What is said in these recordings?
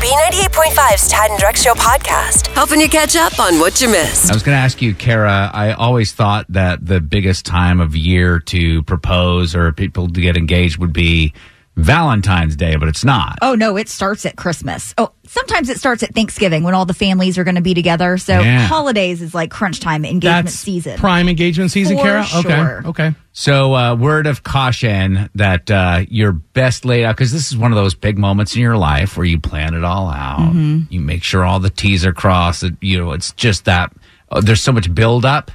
B98.5's Tad and Drex Show podcast, helping you catch up on what you missed. I was going to ask you, Kara. I always thought that the biggest time of year to propose or people to get engaged would be Valentine's Day, but it's not. Oh no, it starts at Christmas. Oh, sometimes it starts at Thanksgiving when all the families are going to be together. So Yeah. holidays is like crunch time engagement season. Prime engagement season, For Kara? sure. Okay. Okay. So, uh, word of caution that uh, your best laid out, because this is one of those big moments in your life where you plan it all out. Mm-hmm. You make sure all the T's are crossed. That, you know, it's just that uh, there's so much buildup,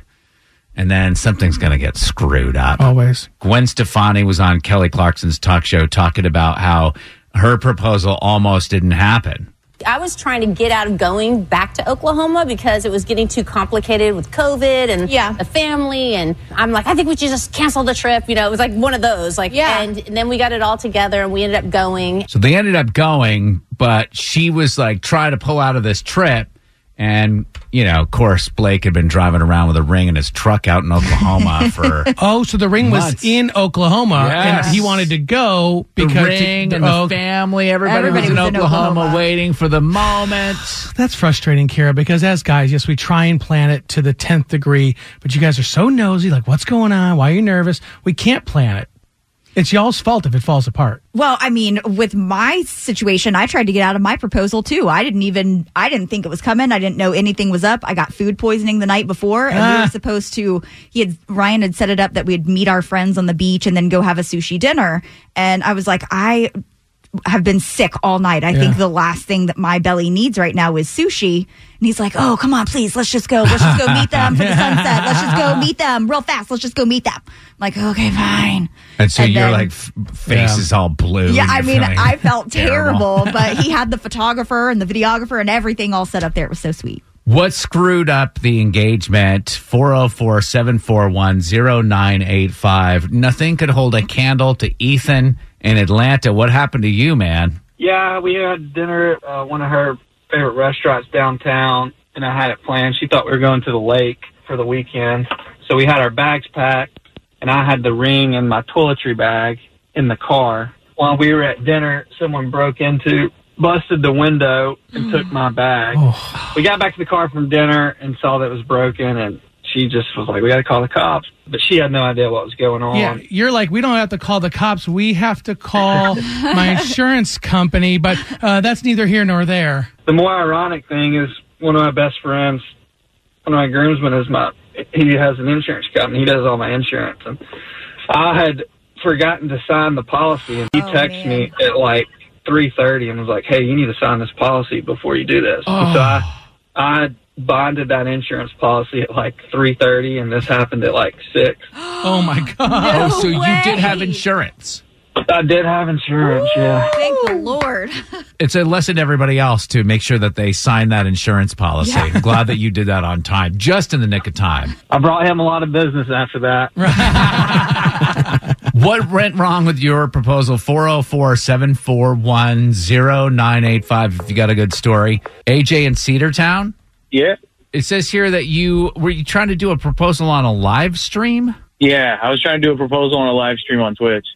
and then something's going to get screwed up. Always. Gwen Stefani was on Kelly Clarkson's talk show talking about how her proposal almost didn't happen. I was trying to get out of going back to Oklahoma because it was getting too complicated with COVID and Yeah. the family. And I'm like, I think we should just cancel the trip. You know, it was like one of those. Like, Yeah. And, and then we got it all together and we ended up going. So they ended up going, but she was like trying to pull out of this trip. And, you know, of course, Blake had been driving around with a ring in his truck out in Oklahoma for Oh, so the ring Months. was in Oklahoma Yes. and he wanted to go the because ring and the oh, family. Everybody, Everybody was in was in Oklahoma, Oklahoma. waiting for the moment. that's frustrating, Kara, because as guys, yes, we try and plan it to the 10th degree, but you guys are so nosy. Like, what's going on? Why are you nervous? We can't plan it. It's y'all's fault if it falls apart. Well, I mean, with my situation, I tried to get out of my proposal too. I didn't even I didn't think it was coming. I didn't know anything was up. I got food poisoning the night before and we Ah. were supposed to he had Ryan had set it up that we'd meet our friends on the beach and then go have a sushi dinner. And I was like, I have been sick all night. I think the last thing that my belly needs right now is sushi. And he's like, "Oh, come on, please. Let's just go. Let's just go meet them for the sunset. Let's just go meet them real fast. Let's just go meet them." I'm like, "Okay, fine." And so And you're then- like, f- face Yeah. is all blue. Yeah, and I you're mean, feeling I felt terrible, but he had the photographer and the videographer and everything all set up there. It was so sweet. What screwed up the engagement? 404 741 0985. Nothing could hold a candle to Ethan in Atlanta. What happened to you, man? Yeah, we had dinner at uh, one of her favorite restaurants downtown, and I had it planned. She thought we were going to the lake for the weekend, so we had our bags packed, and I had the ring in my toiletry bag in the car. While we were at dinner, someone broke into, busted the window, and took my bag. We got back to the car from dinner and saw that it was broken, and she just was like, "We got to call the cops," but she had no idea what was going on. Yeah, you're like, we don't have to call the cops. We have to call my insurance company, but uh, that's neither here nor there. the more ironic thing is one of my best friends, one of my groomsmen is my, he has an insurance company. He does all my insurance. And I had forgotten to sign the policy and he Oh, texted man. me at like 3.30 and was like, hey, you need to sign this policy before you do this. And so Oh. I, I bonded that insurance policy at like 3.30 and this happened at like 6. Oh my God. oh, so you did have insurance. I did have insurance, yeah. Thank the Lord. It's a lesson to everybody else to make sure that they sign that insurance policy. I'm glad that you did that on time, just in the nick of time. I brought him a lot of business after that. What went wrong with your proposal? 404 741 0985 if you got a good story. AJ in Cedartown. Yeah. It says here that you were you trying to do a proposal on a live stream? Yeah. I was trying to do a proposal on a live stream on Twitch.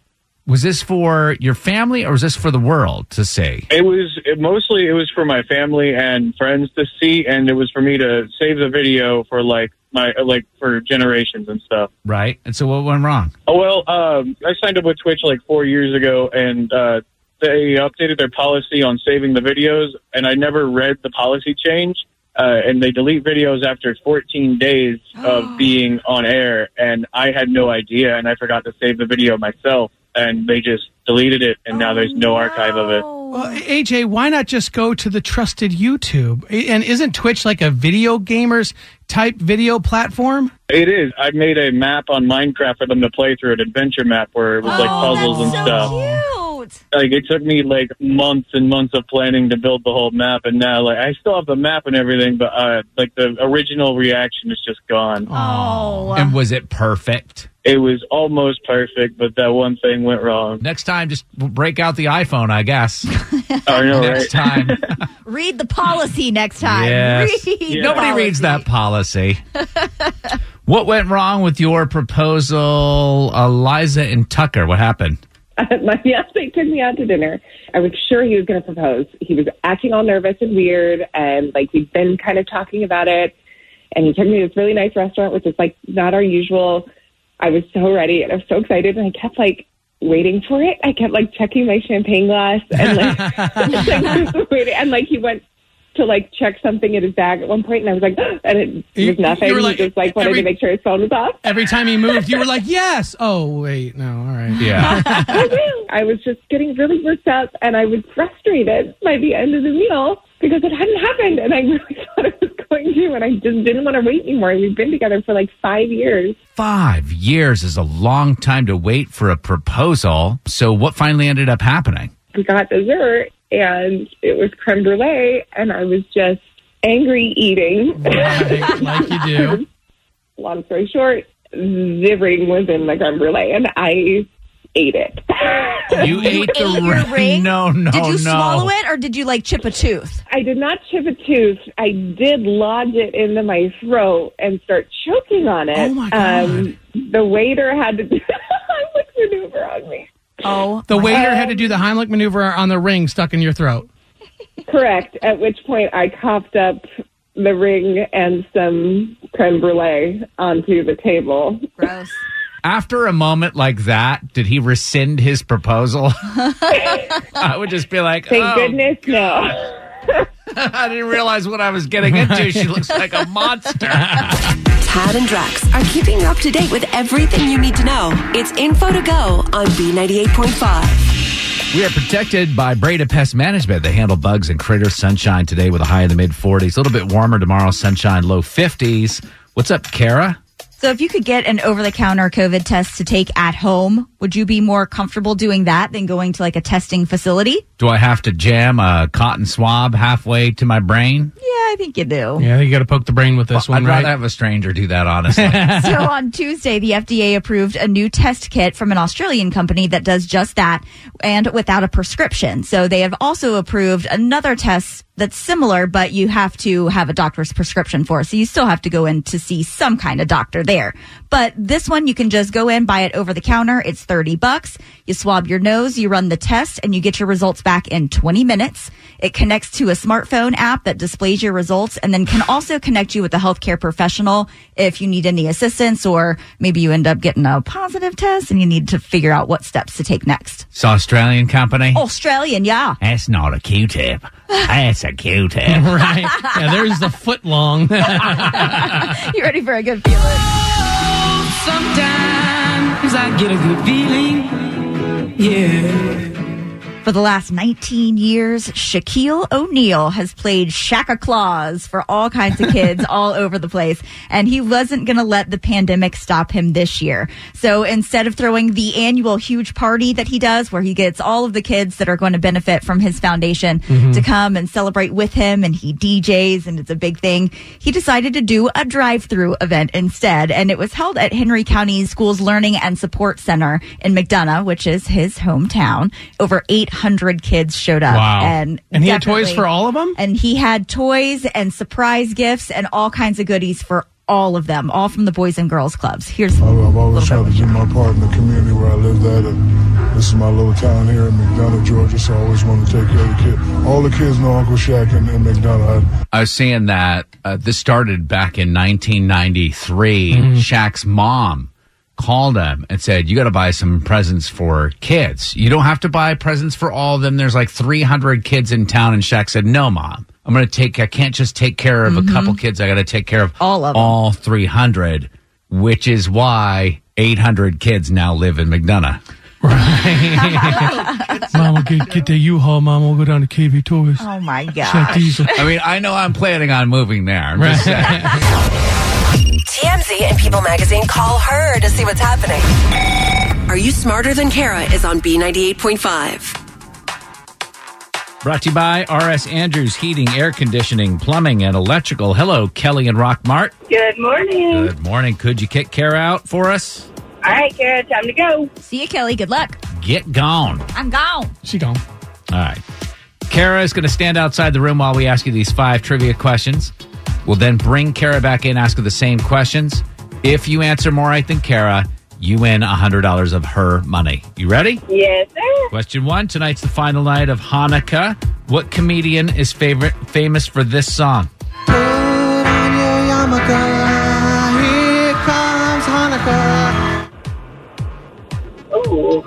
Was this for your family or was this for the world to see? It was it, mostly it was for my family and friends to see, and it was for me to save the video for like my like for generations and stuff. Right? And so what went wrong? Oh well, um, I signed up with Twitch like four years ago, and uh, they updated their policy on saving the videos, and I never read the policy change. Uh, and they delete videos after 14 days of being on air, and I had no idea, and I forgot to save the video myself, and they just deleted it, and now there's no archive of it. Well, AJ, why not just go to the trusted YouTube? A- And isn't Twitch like a video gamers type video platform? It is. I made a map on Minecraft for them to play through, an adventure map where it was like Oh, puzzles and stuff. cute. Like it took me like months and months of planning to build the whole map, and now like I still have the map and everything, but uh, like the original reaction is just gone. Oh, And was it perfect? It was almost perfect, but that one thing went wrong. Next time just break out the iPhone, I guess. I know, Next time. right? read the policy next time. Yes. Read the Nobody reads that policy. policy. what went wrong with your proposal, Eliza and Tucker? What happened? my fiance took me out to dinner. I was sure he was going to propose. He was acting all nervous and weird, and like we'd been kind of talking about it. And he took me to this really nice restaurant, which is like not our usual. I was so ready and I was so excited, and I kept like waiting for it. I kept like checking my champagne glass and like, like waiting. And like he went to like check something in his bag at one point, and I was like, and it You- was nothing. you were he like- just like wanted every- to make sure his phone was off. Every time he moved, you were like, yes. Oh, wait. No. All right. Yeah. I will. I was just getting really worked up and I was frustrated by the end of the meal because it hadn't happened and I really thought it was going to and I just didn't want to wait anymore. We've been together for like five years. Five years is a long time to wait for a proposal. So, what finally ended up happening? We got dessert and it was creme brulee and I was just angry eating. Right, like you do. Long story short, the ring was in the creme brulee and I ate it. You ate the ate your ring? No, no, Did Oh, you no. swallow it or did you like chip a tooth? I did not chip a tooth. I did lodge it into my throat and start choking on it. Oh, my God. Um, the waiter had to do a Heimlich maneuver on me. Oh, The waiter had to do the Heimlich maneuver on the ring stuck in your throat. Correct. At which point I coughed up the ring and some creme brulee onto the table. gross. After a moment like that, did he rescind his proposal? I would just be like, Thank oh, goodness, no. I didn't realize what I was getting into. She looks like a monster. Tad and Drex are keeping you up to date with everything you need to know. It's info to go on B98.5. We are protected by Breda Pest Management. They handle bugs and critters. Sunshine today with a high in the mid 40s. A little bit warmer tomorrow. Sunshine low 50s. What's up, Kara? So, if you could get an over the counter COVID test to take at home, would you be more comfortable doing that than going to like a testing facility? Do I have to jam a cotton swab halfway to my brain? Yeah, I think you do. Yeah, you got to poke the brain with this I'd one, rather right? have a stranger do that, honestly. so on Tuesday, the FDA approved a new test kit from an Australian company that does just that and without a prescription. So they have also approved another test that's similar, but you have to have a doctor's prescription for it. So you still have to go in to see some kind of doctor there. But this one, you can just go in, buy it over the counter. It's 30 bucks. You swab your nose, you run the test and you get your results back in 20 minutes. It connects to a smartphone app that displays your results and then can also connect you with a healthcare professional if you need any assistance or maybe you end up getting a positive test and you need to figure out what steps to take next. It's an Australian company. Australian, yeah. That's not a Q tip. That's a Q tip. right. Yeah, there's the foot long. You ready for a good feeling? Sometimes I get a good feeling. Yeah. For the last 19 years, Shaquille O'Neal has played Shaka Claus for all kinds of kids all over the place. And he wasn't going to let the pandemic stop him this year. So instead of throwing the annual huge party that he does, where he gets all of the kids that are going to benefit from his foundation Mm-hmm. to come and celebrate with him, and he DJs and it's a big thing, he decided to do a drive through event instead. And it was held at Henry County Schools Learning and Support Center in McDonough, which is his hometown. Over 800 kids showed up. Wow. And, And he had toys definitely- for all of them? And he had toys and surprise gifts and all kinds of goodies for all of them, all from the Boys and Girls Clubs. Here's I- I've always tried to do my part in the community where I lived at. And this is my little town here in McDonough, Georgia, so I always want to take care of the kids. All the kids know Uncle Shaq in, in McDonough. I, I was seeing that uh, this started back in 1993. Mm-hmm. Shaq's mom called him and said, "You got to buy some presents for kids. You don't have to buy presents for all of them. There's like 300 kids in town." And Shaq said, "No, mom. I'm going to take. I can't just take care of a couple kids. I got to take care of Mm-hmm. All of 'em. all 300, which is why 800 kids now live in McDonough." Mom, will get, get the U-Haul, Mom. We'll go down to KV Toys. Oh my Check gosh. diesel. I mean, I know I'm planning on moving there. I'm just saying. TMZ and People Magazine call her to see what's happening. Are You Smarter Than Kara is on B98.5. Brought to you by RS Andrews Heating, Air Conditioning, Plumbing, and Electrical. Hello, Kelly and Rockmart. Good morning. Good morning. Could you kick Kara out for us? All right, Kara, time to go. See you, Kelly. Good luck. Get gone. All I'm gone. She gone. right. Kara is going to stand outside the room while we ask you these five trivia questions. We'll then bring Kara back in, ask her the same questions. If you answer more right than Kara, You win $100 of her money. You ready? Yes, sir. Question one Tonight's the final night of Hanukkah. What comedian is favorite, famous for this song? Ooh.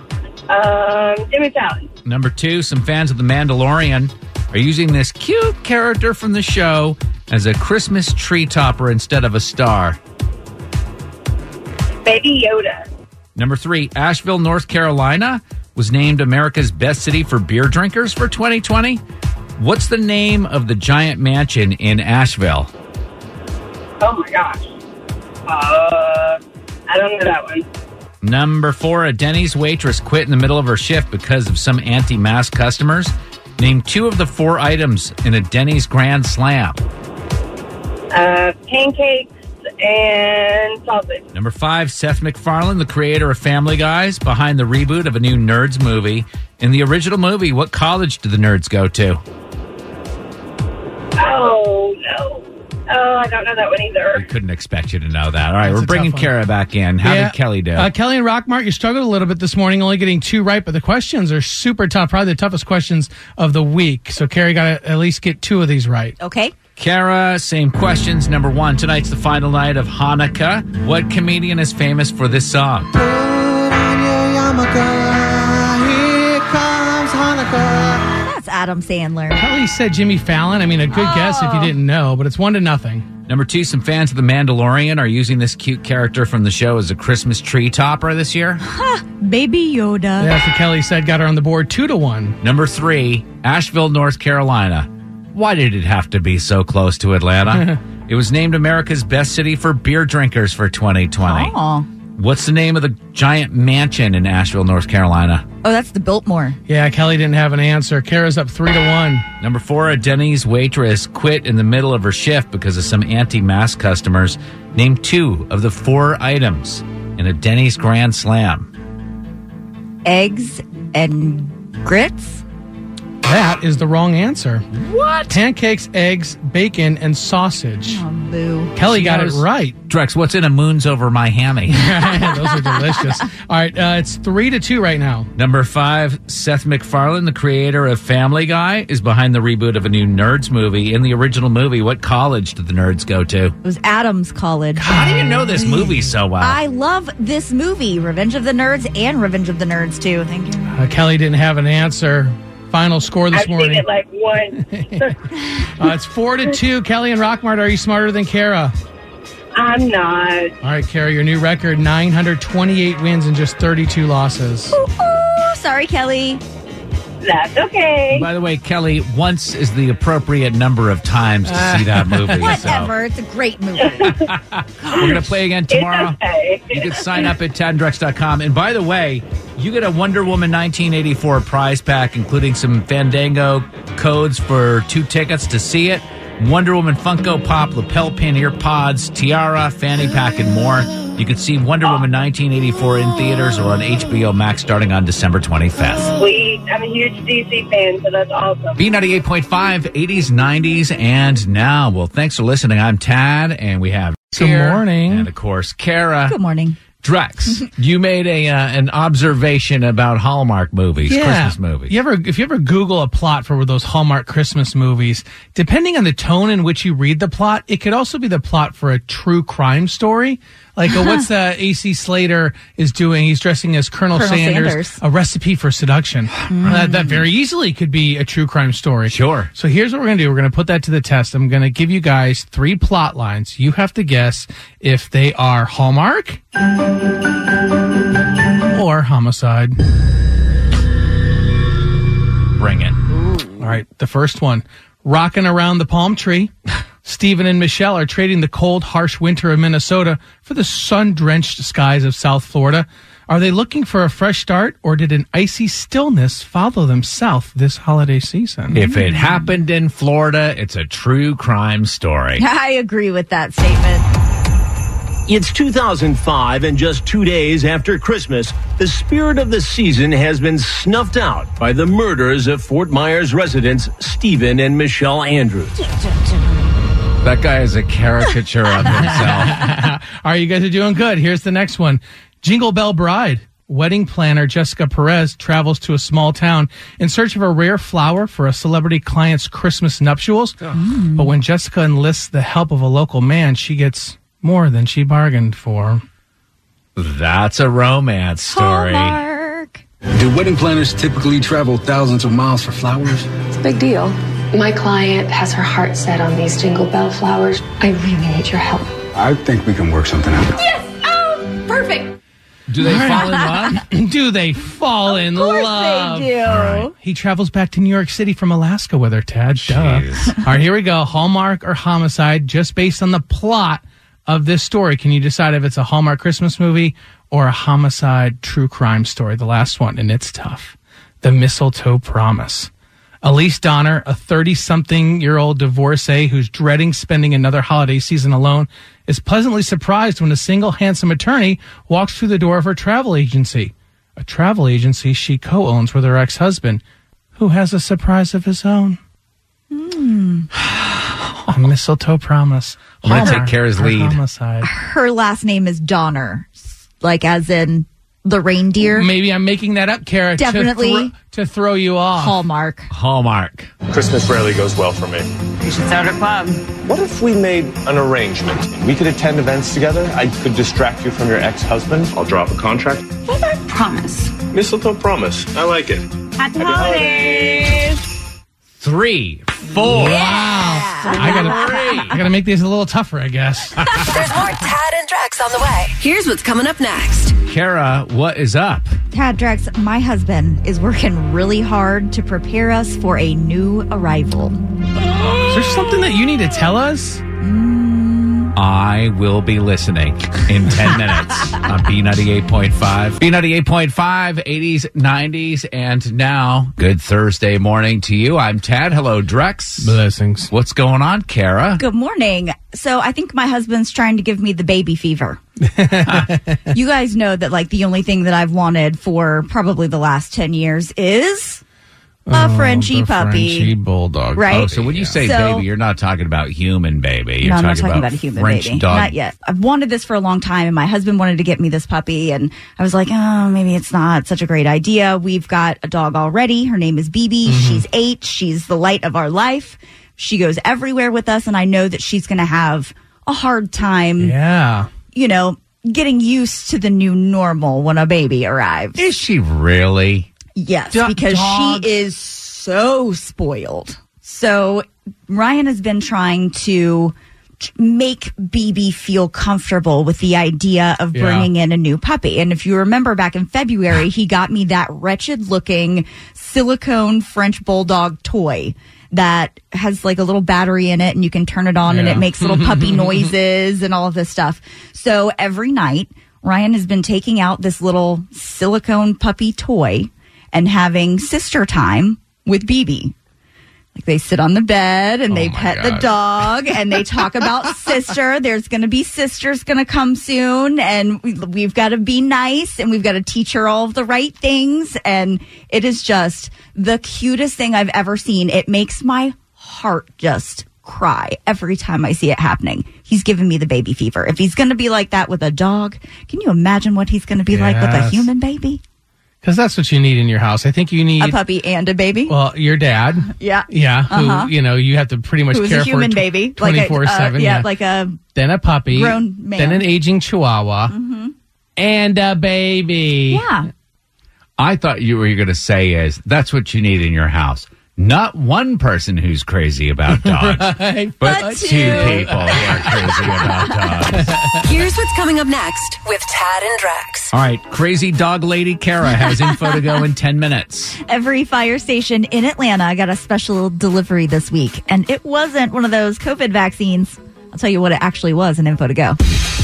Um, Jimmy Fallon. Number two, some fans of The Mandalorian are using this cute character from the show as a Christmas tree topper instead of a star. Baby Yoda. Number three, Asheville, North Carolina was named America's best city for beer drinkers for 2020. What's the name of the giant mansion in Asheville? Oh my gosh. Uh, I don't know that one. Number four, a Denny's waitress quit in the middle of her shift because of some anti mask customers. Name two of the four items in a Denny's Grand Slam. Uh, pancakes and sausage. Number five, Seth MacFarlane, the creator of Family Guys, behind the reboot of a new Nerds movie. In the original movie, what college did the nerds go to? Oh no. Oh, I don't know that one either. Couldn't expect you to know that. All right, That's a we're bringing tough one. Kara back in. How Yeah. did Kelly do? Uh, Kelly and Rockmart, you struggled a little bit this morning, only getting two right, but the questions are super tough. Probably the toughest questions of the week. So Carrie got to at least get two of these right. Okay. Kara, same questions. Number one, tonight's the final night of Hanukkah. What comedian is famous for this song? That's Adam Sandler. Kelly said Jimmy Fallon. I mean, a good guess if you didn't know, but it's one to nothing. Number two, some fans of The Mandalorian are using this cute character from the show as a Christmas tree topper this year. Baby Yoda. That's what Kelly said. Got her on the board two to one. Number three, Asheville, North Carolina. Why did it have to be so close to Atlanta? it was named America's best city for beer drinkers for 2020. Oh. What's the name of the giant mansion in Asheville, North Carolina? Oh, that's the Biltmore. Yeah, Kelly didn't have an answer. Kara's up three to one. Number four, a Denny's waitress quit in the middle of her shift because of some anti mask customers. Name two of the four items in a Denny's Grand Slam. Eggs and grits. That is the wrong answer. What? Pancakes, eggs, bacon, and sausage. Oh, boo. Kelly She got knows- it right. Drex, what's in a moons over my hammy? Those are delicious. All right, uh, it's three to two right now. Number five, Seth MacFarlane, the creator of Family Guy, is behind the reboot of a new Nerds movie. In the original movie, what college did the nerds go to? It was Adams College. How do you know this movie so well? I love this movie, Revenge of the Nerds and Revenge of the Nerds too. Thank you. Uh, Kelly didn't have an answer. Final score this I've seen morning. it like once. uh, it's four to two. Kelly and Rockmart, are you smarter than Kara? I'm not. All right, Kara, your new record: 928 wins and just 32 losses. Ooh, Oh, sorry, Kelly. That's okay. By the way, Kelly, once is the appropriate number of times to see that movie. Whatever. It's a great movie. So we're going to play again tomorrow. It's okay. You can sign up at tadandrex.com. And by the way, you get a Wonder Woman 1984 prize pack, including some Fandango codes for two tickets to see it, Wonder Woman Funko Pop, lapel pin, ear pods, tiara, fanny pack, and more. You can see Wonder Woman 1984 in theaters or on HBO Max starting on December 25th. Sweet. I'm a huge DC fan, so that's awesome. B98.5, 80s, 90s, and now. Well, thanks for listening. I'm Tad, and we have. Good here, morning. And of course, Kara. Good morning. Drex, you made a uh, an observation about Hallmark movies, Christmas movies. You ever, if you ever Google a plot for those Hallmark Christmas movies, depending on the tone in which you read the plot, it could also be the plot for a true crime story. Like uh, what's uh, AC Slater is doing? He's dressing as Colonel, Uh-huh. Colonel Sanders, Sanders. Hmm. a recipe for seduction. Uh, that very easily could be a true crime story. Sure. So here's what we're going to do. We're going to put that to the test. I'm going to give you guys three plot lines. You have to guess if they are Hallmark or homicide. Bring it. All right, the first one. Rocking around the palm tree. Stephen and Michelle are trading the cold, harsh winter of Minnesota for the sun drenched skies of South Florida. Are they looking for a fresh start, or did an icy stillness follow them south this holiday season? If it happened in Florida, it's a true crime story. I agree with that statement. It's 2005, and just two days after Christmas, the spirit of the season has been snuffed out by the murders of Fort Myers residents Stephen and Michelle Andrews. That guy is a caricature of himself. All right, you guys are doing good. Here's the next one. Jingle Bell Bride. Wedding planner Jessica Perez travels to a small town in search of a rare flower for a celebrity client's Christmas nuptials. Mm. But when Jessica enlists the help of a local man, she gets more than she bargained for. That's a romance story. Do wedding planners typically travel thousands of miles for flowers? It's a big deal. My client has her heart set on these jingle bell flowers. I really need your help. I think we can work something out. Yes! Oh, perfect! Do they fall in love? do they fall in course they love? do. All right. He travels back to New York City from Alaska with her, Tad. Duh. All right, here we go. Hallmark or homicide, just based on the plot of this story. Can you decide if it's a Hallmark Christmas movie or a homicide true crime story? The last one, and it's tough. The Mistletoe Promise. Elise Donner, a 30 something year old divorcee who's dreading spending another holiday season alone, is pleasantly surprised when a single handsome attorney walks through the door of her travel agency, a travel agency she co owns with her ex husband, who has a surprise of his own. A mistletoe promise. Hmm. I'm gonna take Kara's or lead. Homicide. Her last name is Donner, s- like as in the reindeer. Maybe I'm making that up, Kara. to Definitely. thro- to throw you off. Hallmark. Hallmark. Christmas rarely goes well for me. You should start a club. What if we made an arrangement? We could attend events together. I could distract you from your ex husband. I'll drop a contract. Promise. Mistletoe promise. I like it. Happy holidays. Three, four. Wow. I gotta, I gotta make these a little tougher, I guess. There's more Tad and Drax on the way. Here's what's coming up next. Kara, what is up? Tad Drex, my husband is working really hard to prepare us for a new arrival. Is there something that you need to tell us? I will be listening in 10 minutes on B98.5. B98.5, 80s, 90s, and now, good Thursday morning to you. I'm Tad. Hello, Drex. Blessings. What's going on, Kara? Good morning. So I think my husband's trying to give me the baby fever. you guys know that like the only thing that I've wanted for probably the last 10 years is a Frenchie puppy. bulldog. Right. Oh, so when you say So- baby, you're not talking about human baby. You're no, I'm talking not talking about, about, a human French baby. dog. Not yet. I've wanted this for a long time, and my husband wanted to get me this puppy, and I was like, oh, maybe it's not such a great idea. We've got a dog already. Her name is BB. Mm-hmm. She's eight. She's the light of our life. She goes everywhere with us, and I know that she's going to have a hard time, Yeah. you know, getting used to the new normal when a baby arrives. Is she really? Yes, Do- because dogs- she is so spoiled. So Ryan has been trying to t- make BB feel comfortable with the idea of Yeah. bringing in a new puppy. And if you remember back in February, he got me that wretched looking silicone French bulldog toy that has like a little battery in it and you can turn it on and Yeah. it makes little puppy noises and all of this stuff. So every night, Ryan has been taking out this little silicone puppy toy and having sister time with BB. Like they sit on the bed Oh and they pet the dog and they talk about sister. There's going to be sisters going to come soon and we, we've got to be nice and we've got to teach her all of the right things. And it is just the cutest thing I've ever seen. It makes my heart just cry every time I see it happening. He's giving me the baby fever. If he's going to be like that with a dog, can you imagine what he's going to be like with a Yes. human baby? Because that's what you need in your house. I think you need A puppy and a baby? Well, your dad. Yeah. Yeah. Who Uh-huh. you know you have to pretty much Who's care a human for baby, twenty four like a, uh, seven. yeah, like a then a puppy, grown man. Mm-hmm. then an aging chihuahua, and a baby. yeah. I thought you were going to say is that's what you need in your house. Not one person who's crazy about dogs, but, two people who are crazy about dogs. Here's what's coming up next with Tad and Drax. All right, crazy dog lady Kara has info to go in 10 minutes. Every fire station in Atlanta got a special delivery this week, and it wasn't one of those COVID vaccines. I'll tell you what it actually was in info to go.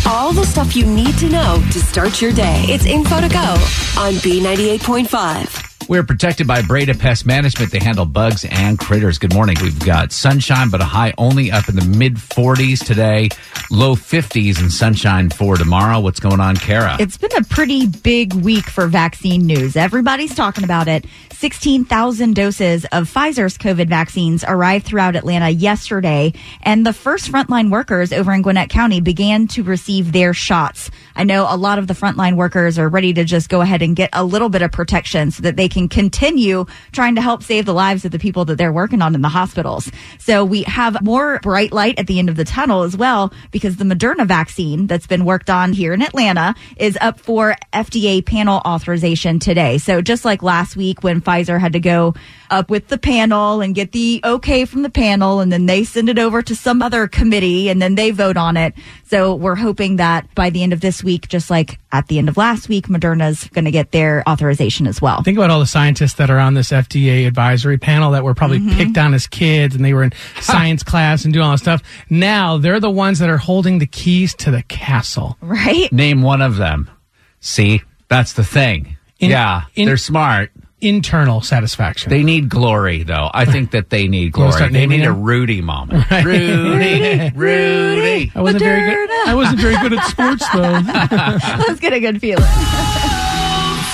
All the stuff you need to know to start your day. It's info to go on B98.5. We're protected by Breda Pest Management. They handle bugs and critters. Good morning. We've got sunshine, but a high only up in the mid 40s today, low 50s, and sunshine for tomorrow. What's going on, Kara? It's been a pretty big week for vaccine news. Everybody's talking about it. 16,000 doses of Pfizer's COVID vaccines arrived throughout Atlanta yesterday, and the first frontline workers over in Gwinnett County began to receive their shots. I know a lot of the frontline workers are ready to just go ahead and get a little bit of protection so that they can continue trying to help save the lives of the people that they're working on in the hospitals. So we have more bright light at the end of the tunnel as well because the Moderna vaccine that's been worked on here in Atlanta is up for FDA panel authorization today. So just like last week when Pfizer had to go up with the panel and get the okay from the panel and then they send it over to some other committee and then they vote on it. So we're hoping that by the end of this week, just like at the end of last week, Moderna's going to get their authorization as well. Think about all the scientists that are on this FDA advisory panel that were probably Mm-hmm. picked on as kids and they were in science class and doing all this stuff. Now they're the ones that are holding the keys to the castle. Right? Name one of them. See, that's the thing. In- yeah, in- they're smart. Internal satisfaction. They need glory, though. I think that they need wanna glory. start They naming need a them? Rudy moment. Right. Rudy, Rudy. I wasn't very good. I wasn't very good at sports though. Let's get a good feeling.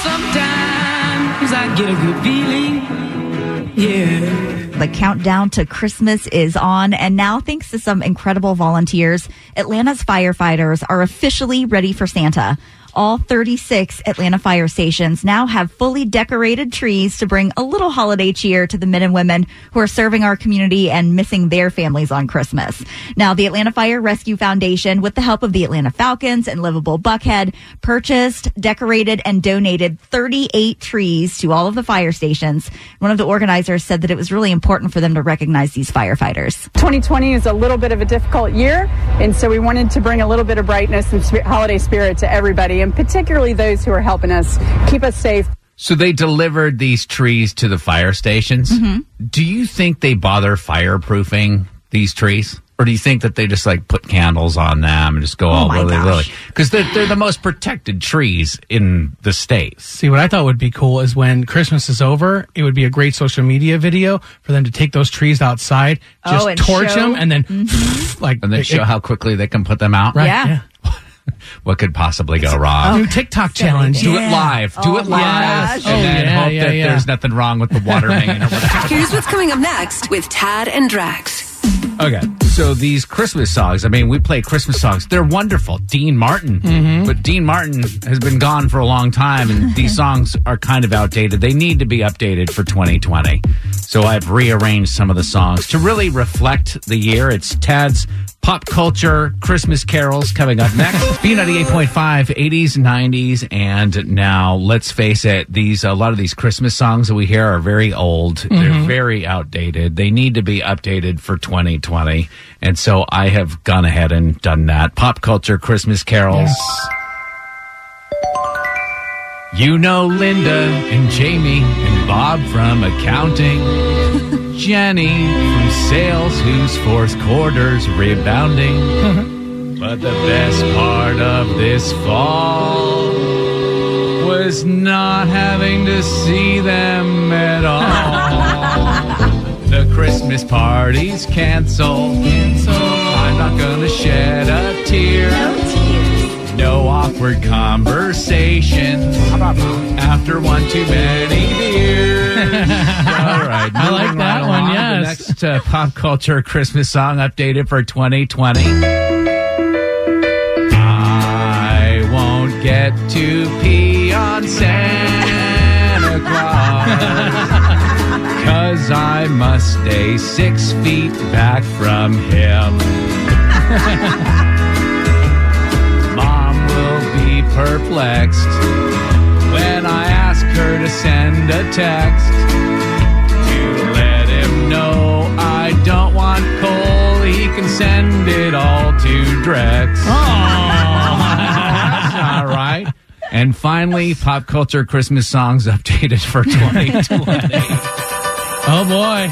Sometimes I get a good feeling. Yeah. The countdown to Christmas is on, and now, thanks to some incredible volunteers, Atlanta's firefighters are officially ready for Santa. All 36 Atlanta fire stations now have fully decorated trees to bring a little holiday cheer to the men and women who are serving our community and missing their families on Christmas. Now, the Atlanta Fire Rescue Foundation, with the help of the Atlanta Falcons and Livable Buckhead, purchased, decorated, and donated 38 trees to all of the fire stations. One of the organizers said that it was really important for them to recognize these firefighters. 2020 is a little bit of a difficult year, and so we wanted to bring a little bit of brightness and sp- holiday spirit to everybody, and particularly those who are helping us keep us safe. So they delivered these trees to the fire stations. Mm-hmm. Do you think they bother fireproofing these trees? Or do you think that they just like put candles on them and just go all Oh my willy gosh. willy? Because they're, they're the most protected trees in the state. See, what I thought would be cool is when Christmas is over, it would be a great social media video for them to take those trees outside, just Oh, and torch show- Mm-hmm. them, and then like And they it- show how quickly they can put them out. Right, Yeah. what could possibly go wrong? Oh, New TikTok challenge. Do it live. Do it live. Oh, And then yeah, hope yeah, that yeah. there's nothing wrong with the water main or whatever. Here's what's coming up next with Tad and Drax. Okay. So these Christmas songs, I mean, we play Christmas songs. They're wonderful. Dean Martin. But Dean Martin has been gone for a long time, and these songs are kind of outdated. They need to be updated for 2020. So I've rearranged some of the songs to really reflect the year. It's Tad's Pop Culture Christmas Carols coming up next. B98.5, 80s, 90s, and now, let's face it, these a lot of these Christmas songs that we hear are very old. They're Mhm. very outdated. They need to be updated for 2020. And so I have gone ahead and done that. Pop culture Christmas carols. You know Linda and Jamie and Bob from accounting. Jenny from sales whose fourth quarter's rebounding. But the best part of this fall was not having to see them at all. the Christmas party's canceled. I'm not gonna shed a tear. No awkward conversations after one too many beers. All right, I like moving that right one, along. The yes. next uh, pop culture Christmas song updated for 2020. I won't get to pee on Santa Claus because I must stay six feet back from him. Mom will be perplexed when I ask her to send a text to let him know I don't want coal. He can send it all to Drex. all right. And finally, pop culture Christmas songs updated for 2020. oh boy.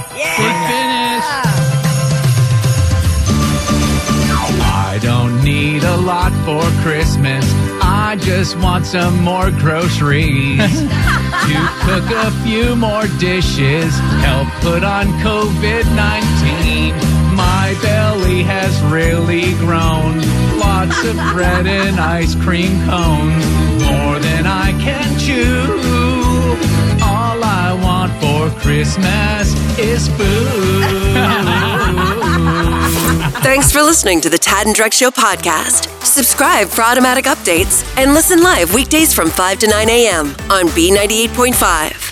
I don't need a lot for Christmas. I I just want some more groceries to cook a few more dishes, help put on COVID 19. My belly has really grown. Lots of bread and ice cream cones, more than I can chew. All I want for Christmas is food. Thanks for listening to the Tad and Drex Show podcast. Subscribe for automatic updates and listen live weekdays from 5 to 9 a.m. on B98.5.